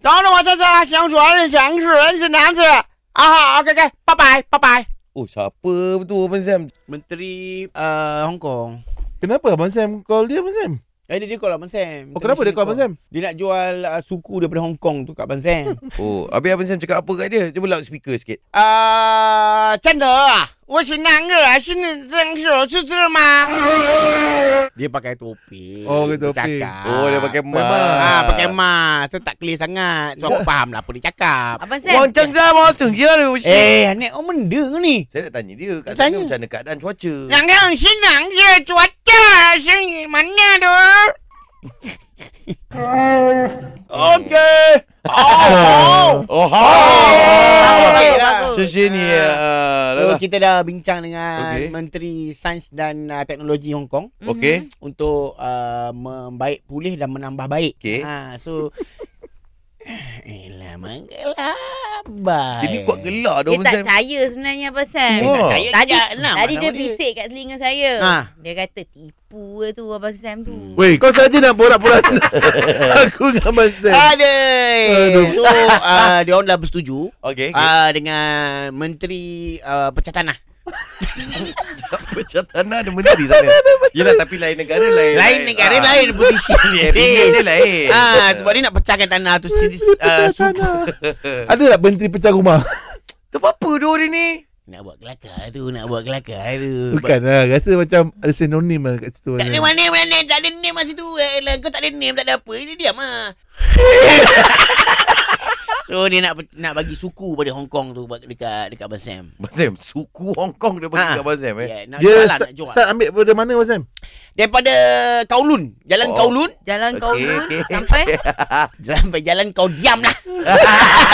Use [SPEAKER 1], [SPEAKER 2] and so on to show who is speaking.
[SPEAKER 1] 子，想船，想吃人是男子啊，OK OK，拜bye bye bye.
[SPEAKER 2] Oh, siapa tu Abang Sam?
[SPEAKER 1] Menteri uh, Hong Kong.
[SPEAKER 3] Kenapa Abang Sam call dia Abang Sam?
[SPEAKER 1] Eh dia, dia call Abang Sam.
[SPEAKER 3] Oh, kenapa dia call Abang Sam?
[SPEAKER 1] Dia nak jual uh, suku daripada Hong Kong tu kat Abang Sam.
[SPEAKER 2] Oh, habis Abang Sam cakap apa kat dia? Cuba loud speaker sikit.
[SPEAKER 1] 呃，Uh, 真的啊，我是男的，是你真是是这吗？Dia pakai topi.
[SPEAKER 3] Oh, pakai topi.
[SPEAKER 1] Cakap.
[SPEAKER 2] Oh, dia pakai mask.
[SPEAKER 1] Ah, pakai mask. Saya tak clear sangat. So, aku faham lah apa dia cakap.
[SPEAKER 4] Abang Sam.
[SPEAKER 2] Wang Chang Zam, Wang Chang
[SPEAKER 3] lah
[SPEAKER 2] Zam. Eh.
[SPEAKER 1] Eh, anak oh benda ke ni?
[SPEAKER 2] Saya nak tanya dia kat
[SPEAKER 1] Tanya.
[SPEAKER 2] sana macam mana keadaan cuaca.
[SPEAKER 1] 两个是两个抓架，是你们那的。
[SPEAKER 2] Okey.
[SPEAKER 1] Oh,
[SPEAKER 2] Hmm. Oh, ha. Oh, Ah.
[SPEAKER 1] bagus, bagus, bagus.
[SPEAKER 2] Sesi ni.
[SPEAKER 3] ah.
[SPEAKER 1] So oh, kita dah bincang dengan
[SPEAKER 2] Okey.
[SPEAKER 1] okay. Menteri Sains dan uh, Teknologi Hong Kong Mhm.
[SPEAKER 2] Okey.
[SPEAKER 1] untuk uh, membaik pulih dan menambah baik.
[SPEAKER 2] Okey.
[SPEAKER 1] Ha, so Elah, menggelabah.
[SPEAKER 2] Dia ni kuat gelak dah
[SPEAKER 4] Dia
[SPEAKER 2] Abang
[SPEAKER 4] tak
[SPEAKER 2] Sam. Oh.
[SPEAKER 4] percaya sebenarnya Abang
[SPEAKER 1] Eh,
[SPEAKER 4] Sam.
[SPEAKER 2] Dia tak
[SPEAKER 1] percaya
[SPEAKER 4] tadi,
[SPEAKER 1] kejap lah,
[SPEAKER 4] tadi
[SPEAKER 1] mana
[SPEAKER 4] dia
[SPEAKER 1] boleh.
[SPEAKER 4] bisik kat telinga saya.
[SPEAKER 1] Ha.
[SPEAKER 4] Dia kata tipu lah tu Abang Sam tu.
[SPEAKER 2] Hmm.
[SPEAKER 3] Weh, kau saja nak borak-borak aku dengan Abang
[SPEAKER 2] Ah.
[SPEAKER 3] Sam.
[SPEAKER 1] Aduh.
[SPEAKER 3] Aduh.
[SPEAKER 1] So, uh, dia orang dah bersetuju
[SPEAKER 2] Okey. okey.
[SPEAKER 3] Ah.
[SPEAKER 1] uh, dengan Menteri uh, Pencatanah.
[SPEAKER 2] Pecah tanah ada menteri sana. Yelah tapi lain negara lain.
[SPEAKER 1] Lain negara lain position
[SPEAKER 2] Eh, bingit dia lain.
[SPEAKER 1] Ah, sebab dia nak pecahkan tanah tu sini uh, suku.
[SPEAKER 3] Ada tak menteri pecah rumah?
[SPEAKER 2] Tu apa dia orang ni?
[SPEAKER 1] Nak buat kelakar tu, nak buat kelakar tu.
[SPEAKER 3] Bukan lah. Rasa macam ada sinonim lah kat situ.
[SPEAKER 1] Tak ada mana mana tak ada name masa tu. Eh, lah, kau tak ada name, tak ada apa. Dia diam ah. so dia nak nak bagi suku pada Hong Kong tu buat dekat dekat Abang Sam.
[SPEAKER 2] Abang Sam, suku Hong Kong
[SPEAKER 1] Ha.
[SPEAKER 2] dia bagi kat Abang Sam eh.
[SPEAKER 1] Yeah, nak
[SPEAKER 3] Dia
[SPEAKER 1] jual lah,
[SPEAKER 3] start,
[SPEAKER 1] nak jual.
[SPEAKER 3] start ambil daripada mana Abang Sam?
[SPEAKER 1] Daripada Kowloon, Jalan
[SPEAKER 2] Oh.
[SPEAKER 1] Kowloon
[SPEAKER 4] Jalan
[SPEAKER 2] Okey,
[SPEAKER 4] kau dulu
[SPEAKER 2] okey.
[SPEAKER 4] sampai
[SPEAKER 1] sampai Jalan Kau Diam lah.